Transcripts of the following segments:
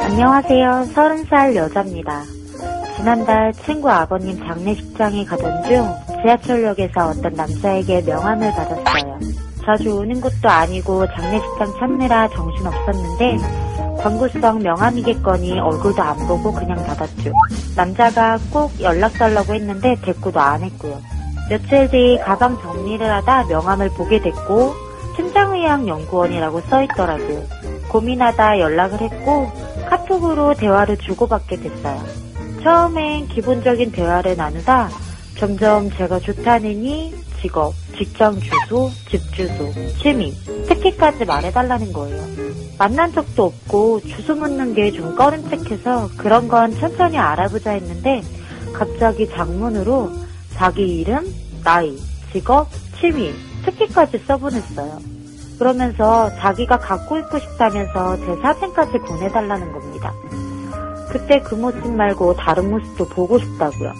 안녕하세요. 서른 살 여자입니다. 지난달 친구 아버님 장례식장에 가던 중 지하철역에서 어떤 남자에게 명함을 받았어요. 자주 오는 것도 아니고 장례식장 찾느라 정신 없었는데 광고성 명함이겠거니 얼굴도 안 보고 그냥 받았죠. 남자가 꼭 연락 달라고 했는데 대꾸도 안 했고요. 며칠 뒤 가방 정리를 하다 명함을 보게 됐고 심장의학 연구원이라고 써 있더라고요. 고민하다 연락을 했고 카톡으로 대화를 주고받게 됐어요. 처음엔 기본적인 대화를 나누다 점점 제가 좋다느니 직업, 직장 주소, 집 주소, 취미, 특기까지 말해달라는 거예요. 만난 적도 없고 주소 묻는 게 좀 꺼림칙해서 그런 건 천천히 알아보자 했는데 갑자기 장문으로 자기 이름, 나이, 직업, 취미, 특기까지 써보냈어요. 그러면서 자기가 갖고 있고 싶다면서 제 사진까지 보내달라는 겁니다. 그때 그 모습 말고 다른 모습도 보고 싶다고요.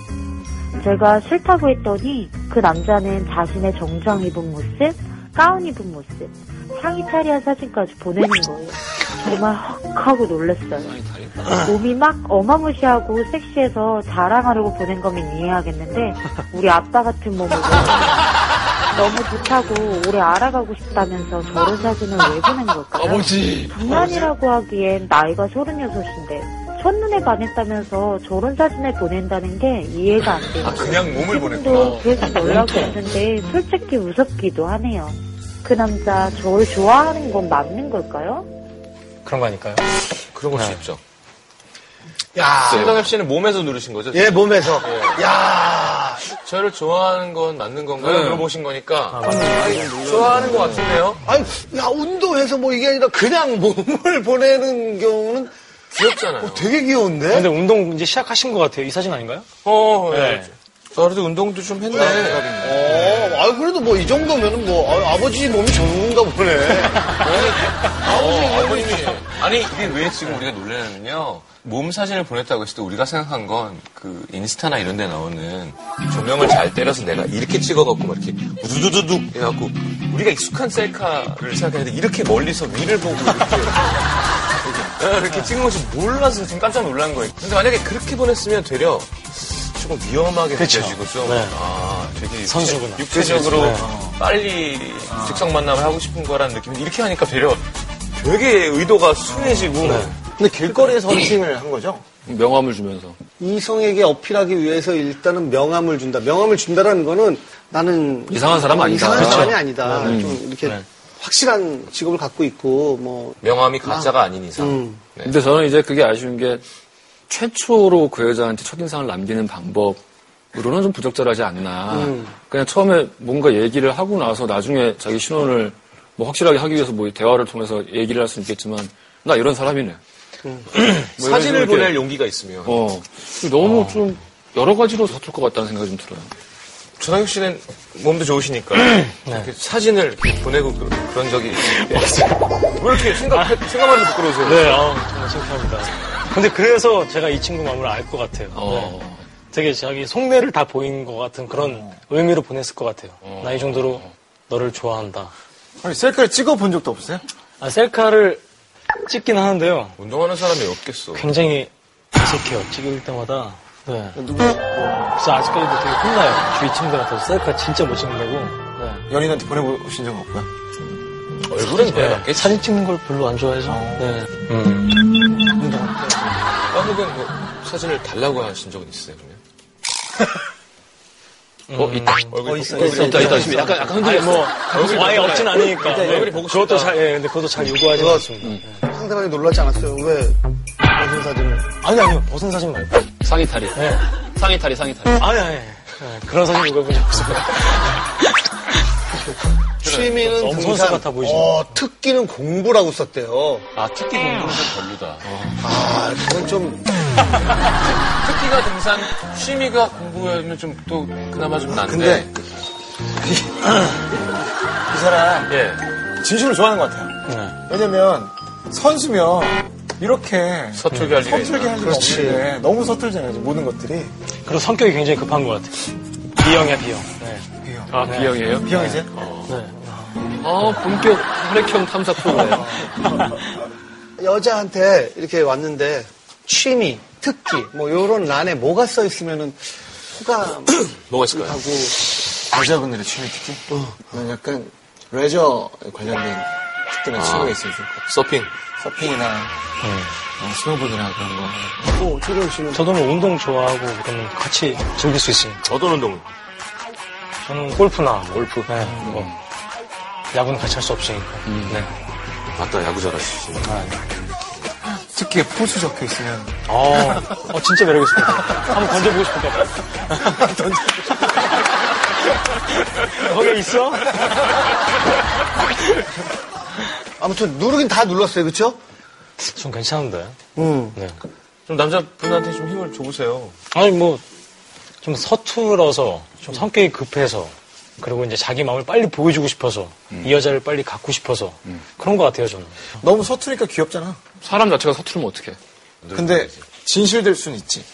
제가 싫다고 했더니 그 남자는 자신의 정장 입은 모습, 가운 입은 모습, 상의 차리한 사진까지 보내는 거예요. 정말 헉 하고 놀랐어요. 아니 다리? 몸이 막 어마무시하고 섹시해서 자랑하려고 보낸 거면 이해하겠는데 우리 아빠 같은 몸으로 너무 좋다고 오래 알아가고 싶다면서 저런 사진을 왜 보낸 걸까요? 아버지. 장난이라고 하기엔 나이가 서른여섯인데 첫눈에 반했다면서 저런 사진을 보낸다는 게 이해가 안 돼요. 아 그냥 몸을 지금도 보냈구나. 계속 연락이 오는데 솔직히 무섭기도 하네요. 그 남자 저를 좋아하는 건 맞는 걸까요? 그런 거 아닐까요? 그런 걸 수 있죠. 야. 네. 아, 신동엽 씨는 몸에서 누르신 거죠? 예, 몸에서. 야 저를 좋아하는 건 맞는 건가요? 물어보신 거니까. 네. 아니, 좋아하는 것 같은데요? 아니, 야, 운동해서 뭐 이게 아니라 그냥 몸을 보내는 경우는 귀엽잖아요. 어, 되게 귀여운데? 근데 운동 이제 시작하신 것 같아요. 이 사진 아닌가요? 어, 예. 네. 저 그래도 운동도 좀 했네. 어, 아 그래도 뭐 이 정도면은 뭐, 아, 버지 몸이 좋은가 보네. 어, 아버님이. 아니, 이게 왜 지금 우리가 놀라냐면요. 몸 사진을 보냈다고 했을 때 우리가 생각한 건 그 인스타나 이런 데 나오는 조명을 잘 때려서 내가 이렇게 찍어갖고 막 이렇게 우두두두둑 해갖고 우리가 익숙한 셀카를 생각했는데 이렇게 멀리서 위를 보고 이렇게 예, 이렇게 찍은 것이 몰라서 지금 깜짝 놀란 거예요. 근데 만약에 그렇게 보냈으면 되려 조금 위험하게 그쵸. 느껴지고 좀, 네. 아, 되게 선수구나. 네. 육체적으로 그치, 그치. 빨리 직성 만남을 하고 싶은 거라는 느낌인데 이렇게 하니까 되려 되게 의도가 순해지고 네. 근데 길거리에서 헌팅을 한 거죠? 명함을 주면서. 이성에게 어필하기 위해서 일단은 명함을 준다. 명함을 준다라는 거는 나는 이상한 사람 아니다. 이상한 그렇죠. 사람이 음. 아니다. 좀 이렇게 확실한 직업을 갖고 있고 뭐 명함이 가짜가 아닌 이상 음. 네. 근데 저는 이제 그게 아쉬운 게 최초로 그 여자한테 첫인상을 남기는 방법으로는 좀 부적절하지 않나. 음. 그냥 처음에 뭔가 얘기를 하고 나서 나중에 자기 신원을 뭐 확실하게 하기 위해서 뭐 대화를 통해서 얘기를 할 수는 있겠지만 나 이런 사람이네. 뭐 이런 식으로 음. 사진을 이렇게, 보낼 용기가 있으면 어. 너무 좀 여러 가지로 다툴 것 같다는 생각이 좀 들어요. 전학규 씨는 몸도 좋으시니까 네. 이렇게 사진을 이렇게 보내고 그- 그런 적이 있어요. 왜 이렇게 생각 생각만 부끄러우세요? 네, 아, 정말 창피합니다. 근데 그래서 제가 이 친구 마음을 알 것 같아요. 어. 네. 되게 자기 속내를 다 보인 것 같은 그런 의미로 보냈을 것 같아요. 나 이 정도로 너를 좋아한다. 아니, 셀카를 찍어본 적도 없으세요? 아, 셀카를 찍긴 하는데요. 운동하는 사람이 없겠어. 굉장히 어색해요. 찍을 때마다. 네. 그래서 아직까지도 되게 혼나요. 주위 친구들한테 셀카 진짜 못 찍는다고. 네. 연인한테 보내보신 적 없고요. 얼굴은 그냥 낫겠지. 사진 찍는 걸 별로 안 좋아해서. 어. 네. 까먹은 뭐 사진을 달라고 하신 적은 있어요? 그러면? 어, 있다. 얼굴 있어. 있다, 있다. 지금 약간, 약간 아니, 흔들렸어. 뭐, 아예 없진 않으니까. 네. 얼굴이 보고 싶다. 그것도 잘, 예, 근데 그것도 잘 요구하지 않습니다. 상대방이 놀라지 않았어요. 왜 무슨 사진을? 아니, 아니요. 벗은 사진 말고. 상의 탈의. 네. 상의 탈의, 상의 탈의. 아니, 아니. 네, 그런 사진 요구해본 적 없어요. 그러니까 취미는 엄선수 등산, 같아 보이시네. 어, 특기는 공부라고 썼대요. 아, 특기 공부는 좀 별로다. 아, 그건 좀 특기가 등산, 취미가 공부하면 좀 또 그나마 좀 아, 낫네. 근데 이 사람 예. 진심으로 좋아하는 것 같아요. 네. 왜냐면 선수면 이렇게 서툴게 할 일이 서툴게 할 일이 없는데 너무 서툴잖아요. 지금 모든 것들이. 그리고 성격이 굉장히 급한 것 같아요. B형이야, B형. 네. 아, B형이에요? 비형이세요? 네. 어. 아, 본격 혈액형 탐사 프로그램. 여자한테 이렇게 왔는데 취미, 특기 뭐 이런 란에 뭐가 써 있으면은 호감하고 뭐가 있을까요? 여자분들의 취미 특히? 어. 난 약간 레저 관련된 특기나 취미가 있어요. 좀. 서핑. 서핑이나 어, 스노보드나 그런 거. 최종 씨는 저도 운동 좋아하고 그러면 같이 즐길 수 있으니까. 어떤 운동? 저는 골프나 골프. 네, 뭐 야구는 같이 할 수 없으니까. 네. 음. 아, 맞다, 야구 잘하시지. 특히 포수 적혀 있으면 어, 어, 진짜 매력있을 것 같아요. 한번 던져보고 싶은데. 던져. 거기 있어? 아무튼 누르긴 다 눌렀어요, 그렇죠? 좀 괜찮은데. 음. 네. 좀 남자분한테 좀 힘을 줘보세요. 아니 뭐 좀 서툴어서 좀 성격이 급해서 그리고 이제 자기 마음을 빨리 보여주고 싶어서 이 여자를 빨리 갖고 싶어서 그런 것 같아요 저는. 너무 서투니까 귀엽잖아. 사람 자체가 서투르면 어떡해. 근데 진실될 수는 있지.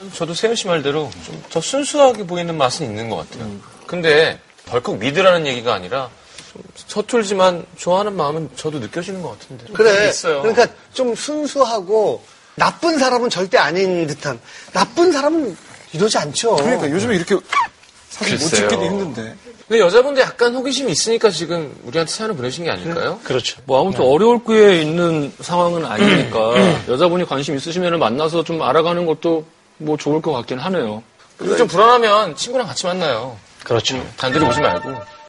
네, 저도 세윤 씨 말대로 좀 더 순수하게 보이는 맛은 있는 것 같아요. 근데 덜컥 믿으라는 얘기가 아니라 좀 서툴지만 좋아하는 마음은 저도 느껴지는 것 같은데. 그래. 네, 있어요. 그러니까 좀 순수하고 나쁜 사람은 절대 아닌 듯한 나쁜 사람은 이러지 않죠. 그러니까 요즘에 이렇게 사진 못 글쎄요. 찍기도 힘든데. 근데 여자분도 약간 호기심이 있으니까 지금 우리한테 사연을 보내신 게 아닐까요? 네. 그렇죠. 뭐 아무튼 어려울 구에 있는 상황은 아니니까 음. 여자분이 관심 있으시면 만나서 좀 알아가는 것도 뭐 좋을 것 같긴 하네요. 근데 좀 불안하면 친구랑 같이 만나요. 그렇죠. 단둘이 오지 말고.